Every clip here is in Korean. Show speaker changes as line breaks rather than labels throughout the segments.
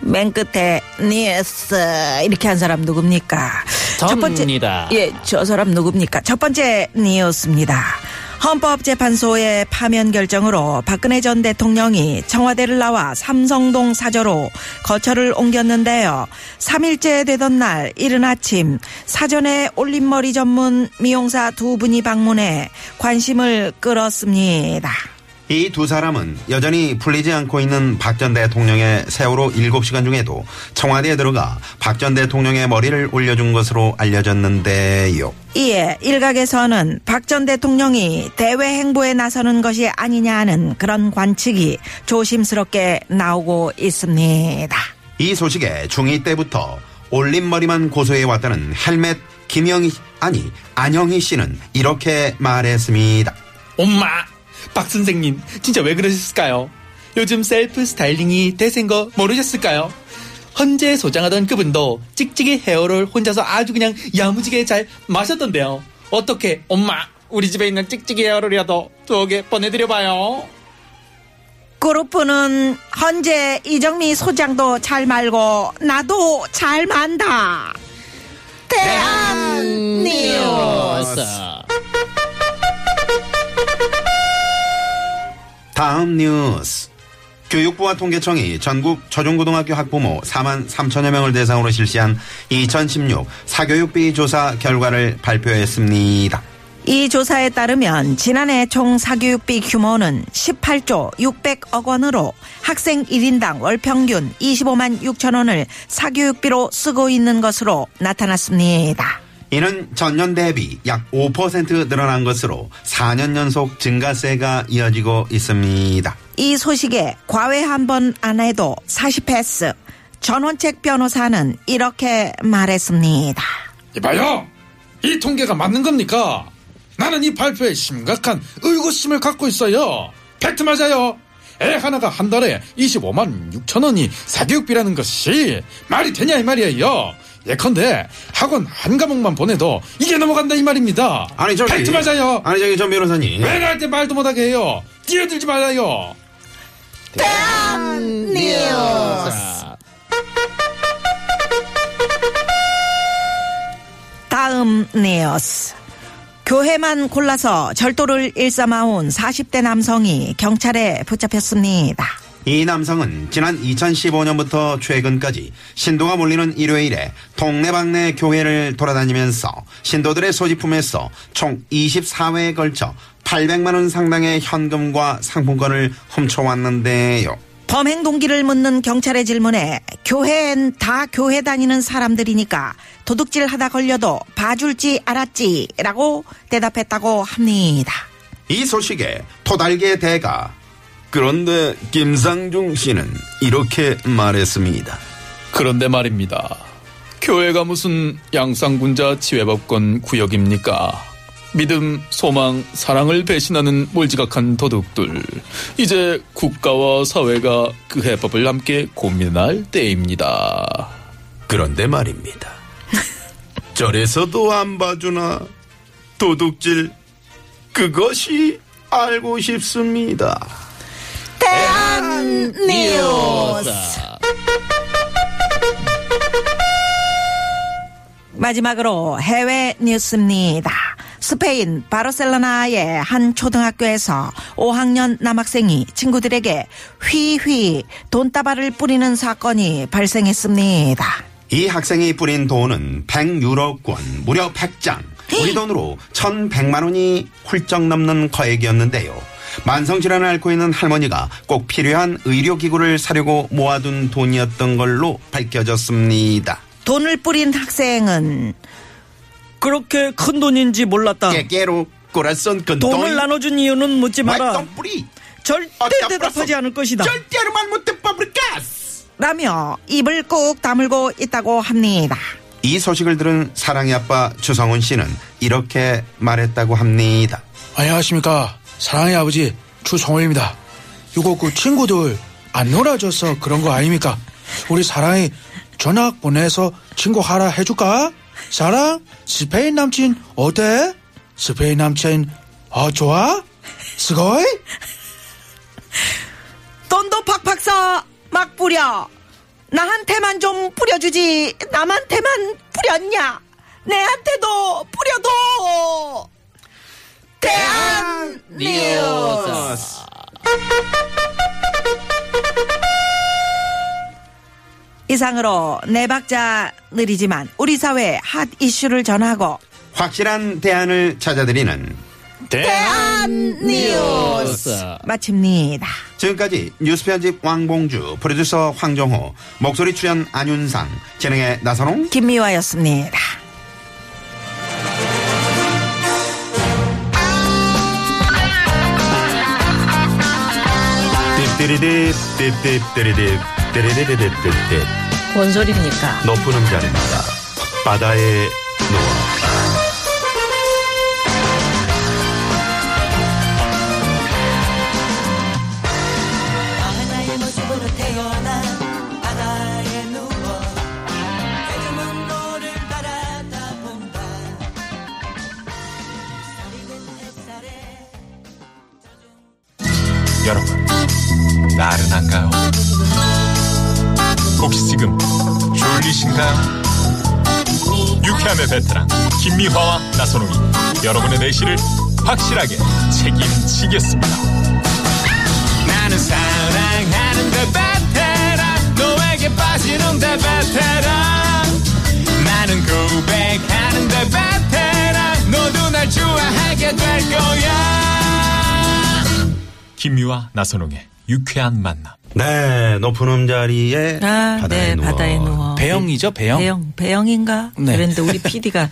맨 끝에 뉴스 이렇게 한 사람 누굽니까?
접니다.
예, 저 사람 누굽니까? 첫 번째 뉴스입니다. 헌법재판소의 파면 결정으로 박근혜 전 대통령이 청와대를 나와 삼성동 사저로 거처를 옮겼는데요. 3일째 되던 날 이른 아침 사전에 올림머리 전문 미용사 두 분이 방문해 관심을 끌었습니다.
이 두 사람은 여전히 풀리지 않고 있는 박 전 대통령의 세월호 7시간 중에도 청와대에 들어가 박 전 대통령의 머리를 올려준 것으로 알려졌는데요.
이에 일각에서는 박 전 대통령이 대외 행보에 나서는 것이 아니냐는 그런 관측이 조심스럽게 나오고 있습니다.
이 소식에 중2 때부터 올림머리만 고소해 왔다는 헬멧 김영희 아니 안영희 씨는 이렇게 말했습니다.
엄마, 박 선생님, 진짜 왜 그러셨을까요? 요즘 셀프 스타일링이 대세인 거 모르셨을까요? 헌재 소장하던 그분도 찍찍이 헤어롤 혼자서 아주 그냥 야무지게 잘 마셨던데요. 어떻게 엄마, 우리 집에 있는 찍찍이 헤어롤이라도 두 개 보내드려봐요.
그룹프는 헌재 이정미 소장도 잘 말고 나도 잘 만다. 대한
뉴스.
다음 뉴스. 교육부와 통계청이 전국 초중고등학교 학부모 4만 3천여 명을 대상으로 실시한 2016 사교육비 조사 결과를 발표했습니다.
이 조사에 따르면 지난해 총 사교육비 규모는 18조 600억 원으로 학생 1인당 월 평균 25만 6천 원을 사교육비로 쓰고 있는 것으로 나타났습니다.
이는 전년 대비 약 5% 늘어난 것으로 4년 연속 증가세가 이어지고 있습니다.
이 소식에 과외 한 번 안 해도 40패스. 전원책 변호사는 이렇게 말했습니다.
이봐요! 이 통계가 맞는 겁니까? 나는 이 발표에 심각한 의구심을 갖고 있어요. 팩트 맞아요. 애 하나가 한 달에 25만 6천 원이 사교육비라는 것이 말이 되냐 이 말이에요. 예컨대 학원 한 과목만 보내도 이게 넘어간다 이 말입니다.
아니 저기
팩트 맞아요.
아니 저기 전 변호사님.
왜 나한테 말도 못하게 해요. 뛰어들지 말아요.
다음 네어스. 교회만 골라서 절도를 일삼아온 40대 남성이 경찰에 붙잡혔습니다.
이 남성은 지난 2015년부터 최근까지 신도가 몰리는 일요일에 동네방네 교회를 돌아다니면서 신도들의 소지품에서 총 24회에 걸쳐 800만 원 상당의 현금과 상품권을 훔쳐왔는데요.
범행 동기를 묻는 경찰의 질문에 교회엔 다 교회 다니는 사람들이니까 도둑질 하다 걸려도 봐줄지 알았지 라고 대답했다고 합니다.
이 소식에 토달개 대가 그런데 김상중 씨는 이렇게 말했습니다.
그런데 말입니다. 교회가 무슨 양상군자 지회법권 구역입니까? 믿음, 소망, 사랑을 배신하는 몰지각한 도둑들. 이제 국가와 사회가 그 해법을 함께 고민할 때입니다.
그런데 말입니다. 절에서도 안 봐주나 도둑질 그것이 알고 싶습니다.
대한 뉴스. 마지막으로 해외 뉴스입니다. 스페인 바르셀로나의 한 초등학교에서 5학년 남학생이 친구들에게 휘휘 돈다발을 뿌리는 사건이 발생했습니다.
이 학생이 뿌린 돈은 100유로권 무려 100장 우리 돈으로 1100만 원이 훌쩍 넘는 거액이었는데요. 만성질환을 앓고 있는 할머니가 꼭 필요한 의료기구를 사려고 모아둔 돈이었던 걸로 밝혀졌습니다.
돈을 뿌린 학생은 예,
그렇게 큰 돈인지 몰랐다.
깨깨로 그 꼬라선 건
어. 돈을 나눠준 이유는 묻지 마라.
뿌리
절대
어때,
네, 대답하지
벌써?
않을 것이다.
절대로 말 못해 버블가스
라며 입을 꾹 다물고 있다고 합니다.
이 소식을 들은 사랑의 아빠 주성훈 씨는 이렇게 말했다고 합니다.
안녕하십니까 사랑의 아버지 추성호입니다 이거 그 친구들 안 놀아줘서 그런 거 아닙니까 우리 사랑이 전학 보내서 친구 하나 해줄까 사랑 스페인 남친 어때 스페인 남친 어 좋아 스거이
돈도 팍팍 써막 뿌려 나한테만 좀 뿌려주지 남한테만 뿌렸냐 내한테도 뿌려도 대한
뉴스.
이상으로 네 박자 느리지만 우리 사회 핫 이슈를 전하고
확실한 대안을 찾아드리는
대한 뉴스
뉴스.
마칩니다
지금까지 뉴스 편집 왕봉주, 프로듀서 황정호, 목소리 출연 안윤상, 진행의 나선홍,
김미화였습니다
딥디리딥 딥딥디리딥 디리디디딥딥딥
뭔 소리입니까?
높은 음자리마다 바다에 누워
여러분, 나른한가요? 혹시 지금 졸리신가요? 유쾌함의 베테랑 김미화와 나선홍이 여러분의 내실을 확실하게 책임지겠습니다. 나는 사랑하는데 베테랑 너에게 빠지는데 베테랑 나는 고백하는데 베테랑 너도 날 좋아하게 될 거야. 김유와 나선홍의 유쾌한 만남.
네 높은 음자리에
아,
바다에
네,
누워
바다에 누워.
어, 배영이죠 배영
배영, 배영인가?
네.
그랬는데 우리 PD가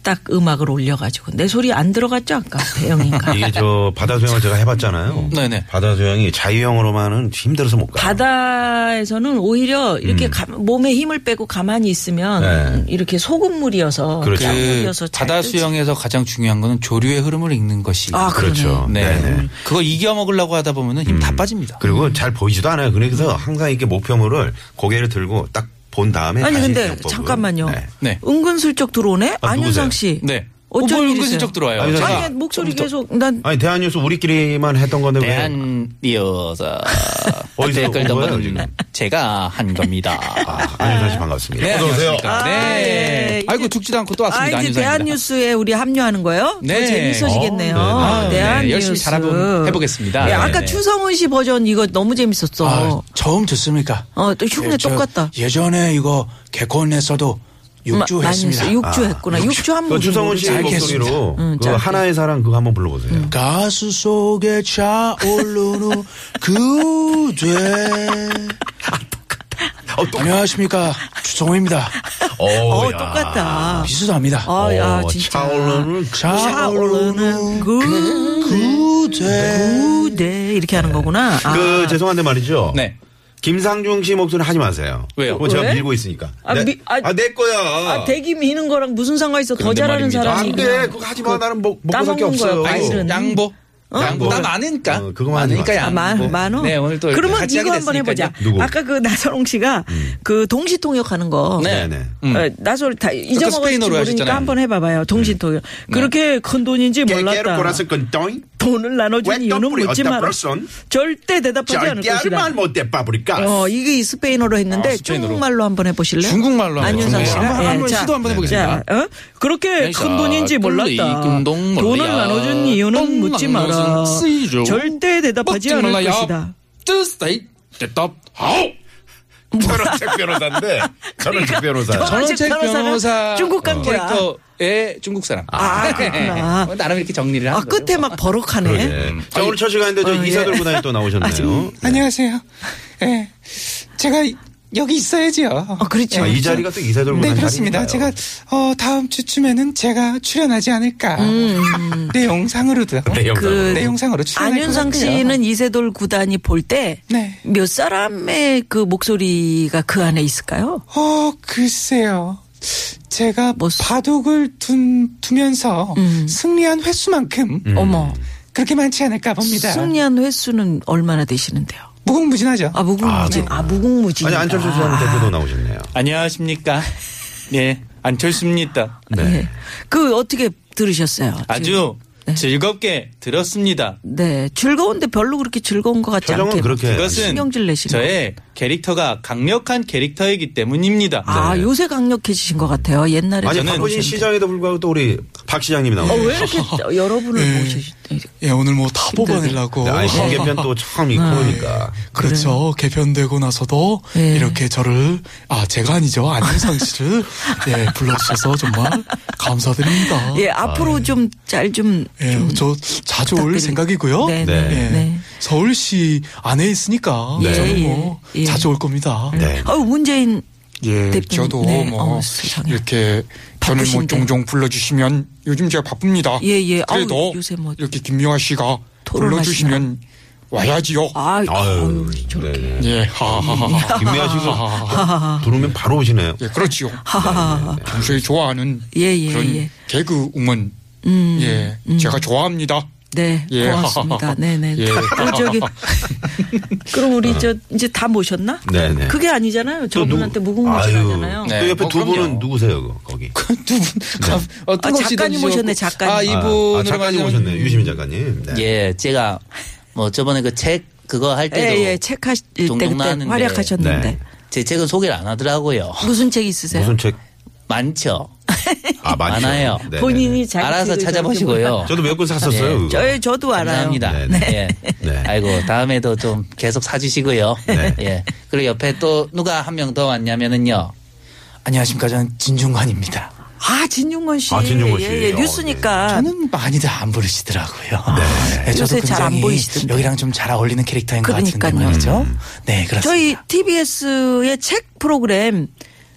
딱 음악을 올려가지고 내 소리 안 들어갔죠 아까 배영인가?
이게 저 바다 수영을 제가 해봤잖아요
네네.
바다 수영이 자유형으로만은 힘들어서 못 가요
바다에서는 오히려 이렇게 가- 몸에 힘을 빼고 가만히 있으면
네.
이렇게 소금물이어서
그렇죠.
그
약물이어서 잘
바다
뜨지.
수영에서 가장 중요한 거는 조류의 흐름을 읽는 것이
아, 그러네.
그렇죠
네. 음.
네. 네
그거 이겨 먹으려고 하다 보면은 힘 다 빠집니다.
그리고 잘 보이지도 않아요 그래서 항상 이렇게 목표물을 고개를 들고 딱 본 다음에
아니
다시
근데
기억법을.
잠깐만요.
네.
네.
은근슬쩍 들어오네.
아,
안윤상
누구세요?
씨.
네.
어쩐
뭘
일이세요?
은근슬쩍 들어와요.
아니,
제가
아니 목소리
좀
계속 난
아니 대한뉴스 우리끼리만 했던 건데 왜
대한 뉴스.
어디서
댓글도
온 거예요?
못 제가 한 겁니다.
아, 안윤상 씨 반갑습니다
네, 안녕하십니까.
아,
네.
예.
아이고 죽지도 않고 또
아
왔습니다.
이제
안윤상입니다.
대한뉴스에 우리 합류하는 거예요?
네.
더 재밌어지겠네요.
어, 네.
아,
대한뉴스
네. 열심히 잘하고 해보겠습니다.
예,
네,
아까
네.
추성훈 씨 버전 이거 너무 재밌었어.
아, 처음 듣습니까
어, 또 흉내
예, 저
똑같다.
예전에 이거 개콘에서도
마- 많이
육주했습니다
했어요. 육주 했구나. 육주 한
그
번.
주성훈 씨
잘
목소리로
음,
그
짧게.
하나의 사랑 그거 한번 불러보세요.
음.
가슴 속에 차오르는 그대.
아,
어,
안녕하십니까. 주성호입니다.
어, 똑같다.
비슷합니다.
아, 야, 진짜.
차오르는
차오르는 그,
그대.
구대. 이렇게 하는 거구나. 아.
그 죄송한데 말이죠.
네.
김상중 씨 목소리 하지 마세요.
왜요?
뭐 제가
왜?
밀고 있으니까.
아,
내,
미- 아,
아, 내 거야.
아, 대기 미는 거랑 무슨 상관이 있어? 더
그런데
잘하는
말입니다.
사람이.
안 돼.
그냥.
그거 하지 마. 나는 먹, 먹고 살 게
따먹는 거야,
없어요.
과실은.
아니, 양보.
어? 뭐?
양보. 나
양보.
많으니까.
어, 그거만 하지
많으니까
마세요.
양보.
아, 만, 만호?
네, 오늘 또 이렇게
그러면
같이 하게
이거 한번
됐으니까요. 음.
해보자.
누구?
아까 그 나선홍 씨가 그 동시통역 하는 거.
네.
네네.
음.
어, 나솔 다 잊어먹었을지
스페인어로
모르니까
하셨잖아요. 음. 네.
한번 해봐봐요. 동시통역. 그렇게 큰 돈인지
깨깨로
몰랐다.
꼬라서 건똥.
돈을 나눠준
왜
이유는
떡불이
묻지
어떤
마라.
person?
절대 대답하지 않을
절대
것이다.
말 못해 빠브리까.
어, 이게 이 스페인어로 했는데
아, 스페인어로.
중국말로 한번 해보실래요?
중국말로 한번
네. 안윤상
해보세요.
씨가
한번-
예,
한번
자,
시도 한번 해보겠습니다.
자, 어? 그렇게
그래서
큰 돈인지 몰랐다.
뚫리, 금동 몰라.
돈을 나눠준 이유는
돈
묻지
나눠준
마라.
쓰이죠.
절대 대답하지
먹지
않을
아, 말라요.
것이다.
뜨스테이. 됐다. 하오.
저런 변호사인데. 저런 책 변호사.
전원책
어, 변호사가
변호사
중국 간 거야.
예,
캐릭터의 중국 사람.
아, 그렇구나.
뭐 나름 이렇게 정리를
아
하는 거죠.
끝에 막 버럭하네.
네. 자, 오늘 첫 시간인데 저
음. 어,
이사
예.
네. 들고 다니 또 나오셨네요. 네.
안녕하세요. 예. 제가
여기 있어야지요.
아, 그렇죠.
아, 이 자리가 또 이사 절문
네, 그렇습니다. 제가 어, 다음 주쯤에는 제가 출연하지 않을까. 내용상으로도.
네,
네,
그
내용상으로 출연할
음. 안윤상
것 같고요.
씨는 이세돌 구단이 볼 때 몇
네.
사람의 그 목소리가 그 안에 있을까요?
어, 글쎄요. 제가
뭐 수-
바둑을 둔, 두면서
음.
승리한 횟수만큼
음.
음.
어머.
그렇게 많지 않을까 봅니다.
승리한 횟수는 얼마나 되시는데요?
무궁무진하죠.
아
네.
무궁무진 아, 무궁무진
아니 안철수 전 대표도 나오셨네요.
안녕하십니까. 네, 안철수입니다.
네.
그 어떻게 들으셨어요?
아주 즐겁게 들었습니다.
네 즐거운데 별로 그렇게 즐거운 것 같지
표정은
않게
그렇게
그것은
신경질 내시는
저의 캐릭터가 강력한 캐릭터이기 때문입니다.
아 요새 강력해지신 것 같아요 옛날에
네. 아니
네, 저는
박근혜
오셨는데.
시장에도 불구하고 또 우리 박 시장님이
어,
나오네요.
왜 이렇게 여러분을 모시지
예, 오늘 뭐 다
힘들게.
뽑아내려고. 어.
네, 아니 신개편
어.
또 처음 있고
아,
그러니까
그렇죠. 개편되고 나서도
예.
이렇게 저를, 아, 제가 아니죠. 안윤상 씨를, 예, 불러주셔서 정말 감사드립니다.
예 앞으로 좀 잘 좀
예, 저 자주 올
부탁드리-
생각이고요.
네,
네.
예,
네.
서울시 안에 있으니까
네.
저는 뭐
예, 예.
자주 올 겁니다.
네.
어 문재인
예,
대표님,
저도
네,
뭐
어우, 세상에.
이렇게 저는 뭐
바쁘신데.
종종 불러주시면 요즘 제가 바쁩니다.
예, 예. 아우,
그래도
요새 뭐
이렇게 김명아 씨가
토론하시나.
불러주시면 와야지요.
아
아유,
아유, 저렇게
네.
예, 하하하하.
김미아 씨가 부르면 바로 오시네요.
예, 그렇지요.
하하하
평소에 좋아하는
아, 예, 예,
그런
예.
개그 음원.
음,
예, 제가 좋아합니다.
네,
예.
고맙습니다. 네네.
예.
그럼 저기, 그럼 우리 저 이제 다 모셨나?
네네.
그게 아니잖아요.
또 누구-
저분한테 무궁무진하잖아요.
아유,
네,
또 옆에
뭐
두 분은
그럼요.
누구세요 그- 거기?
두 분, 감- 어,
아,
뜬금없이
아, 작가님
던지셨고.
오셨네, 작가님.
아,
아, 아,
이분으로
작가님
가자면-
오셨네요. 유시민
음.
작가님. 네.
예, 제가 뭐 저번에 그 책 그거 할 때도
예, 예, 책 하실 때
종종
그때
나왔는데.
활약하셨는데.
네.
제 책은 소개를 안 하더라고요.
무슨 책 있으세요?
무슨 책?
많죠.
아 많죠.
많아요.
네네네.
본인이 자기
알아서
책을
찾아보시고요.
저도 몇 권 샀었어요.
네.
그거.
저요, 저도 알아요.
감사합니다.
네,
예.
네.
아이고 다음에도 좀 계속 사주시고요.
네.
예. 그리고 옆에 또 누가 한 명 더 왔냐면은요. 안녕하십니까 저는 진중관입니다.
아, 진용건 씨.
아, 진용건 씨.
예, 예,
어,
뉴스니까.
저는 많이들 안 부르시더라고요. 네,
요새 잘안
굉장히
보이시던데.
여기랑 좀 잘 어울리는 캐릭터인 것 같은데
그러니까요.
말이죠. 네, 그렇습니다.
저희 TBS의 책 프로그램,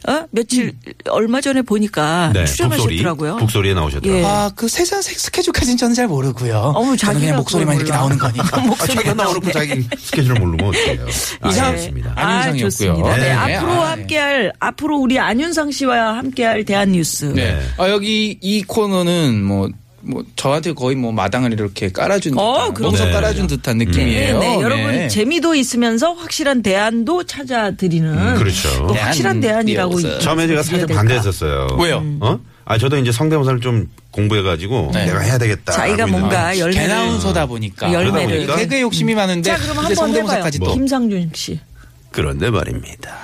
어? 며칠,
음.
얼마 전에 보니까
네,
출연하셨더라고요.
북소리, 북소리에 나오셨더라고요.
예.
아, 그 세세한 스케줄까지는 저는 잘 모르고요. 저는
어우, 자기라고
그냥 목소리만 이렇게
몰라.
나오는
그
거니까.
아, 자기가 나오고 자기 스케줄을 모르면 어떡해요. 알겠습니다.
아,
안윤상이었고요.
좋습니다. 네,
네,
앞으로
아,
함께할 앞으로 우리 안윤상 씨와 함께할 대한 뉴스.
네. 아, 여기 이 코너는 뭐, 뭐, 저한테 거의 뭐 마당을 이렇게 깔아준
어,
듯한,
그럼요.
멍석 깔아준 듯한
네,
느낌이에요.
네, 여러분
네.
재미도 있으면서 확실한 대안도 찾아드리는
그렇죠.
또 확실한
대안
대안이라고
띄워서.
처음에 제가
해야
살짝
될까? 음.
반대했었어요.
왜요?
어? 아, 저도 이제 성대모사를 좀 공부해가지고 내가 해야 되겠다.
네. 자기가
하고 있는
뭔가 열매를
개나운서다 보니까.
열매를. 음.
그
그러다 보니까.
개그에 욕심이 많은데
자 그럼
이제
한번 해봐요.
성대모사까지
뭐?
또
김상준 씨.
그런데 말입니다.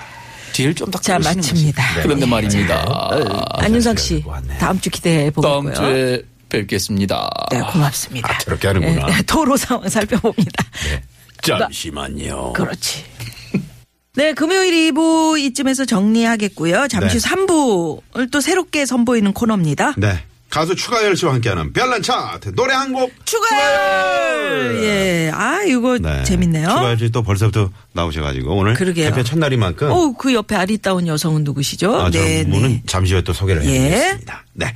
뒤를 좀더 네.
자 마칩니다.
그런데 말입니다.
아,
네.
안윤상 씨
왔네.
다음 주 기대해
다음
보고요.
주에 뵙겠습니다.
네, 고맙습니다.
아, 저렇게 하는구나.
네, 도로 상황 살펴봅니다.
예. 잠시만요.
그렇지. 네, 금요일 2부 이쯤에서 정리하겠고요. 잠시
네.
3부를 또 새롭게 선보이는 코너입니다.
네. 가수 추가열 씨와 함께하는 별난 차트 노래 한 곡.
추가열! 예. 아, 이거
네.
재밌네요.
추가열 씨 또 벌써부터 나오셔가지고 오늘
그러게요.
대표 첫날이만큼
오, 그 옆에 아리따운 여성은 누구시죠? 네,
아, 저 분은 잠시 후에 또 소개를
예.
해드리겠습니다. 네.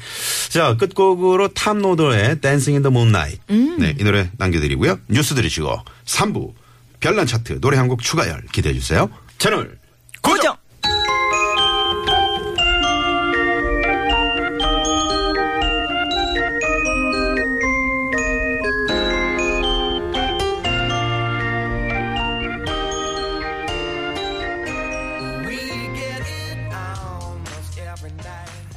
자, 끝곡으로 탐노더의 댄싱 인 더 문나잇.
음.
네, 이 노래 남겨드리고요. 뉴스 들으시고 3부 별난 차트 노래 한 곡 추가열 기대해주세요. 채널
고정!
We get it almost every night.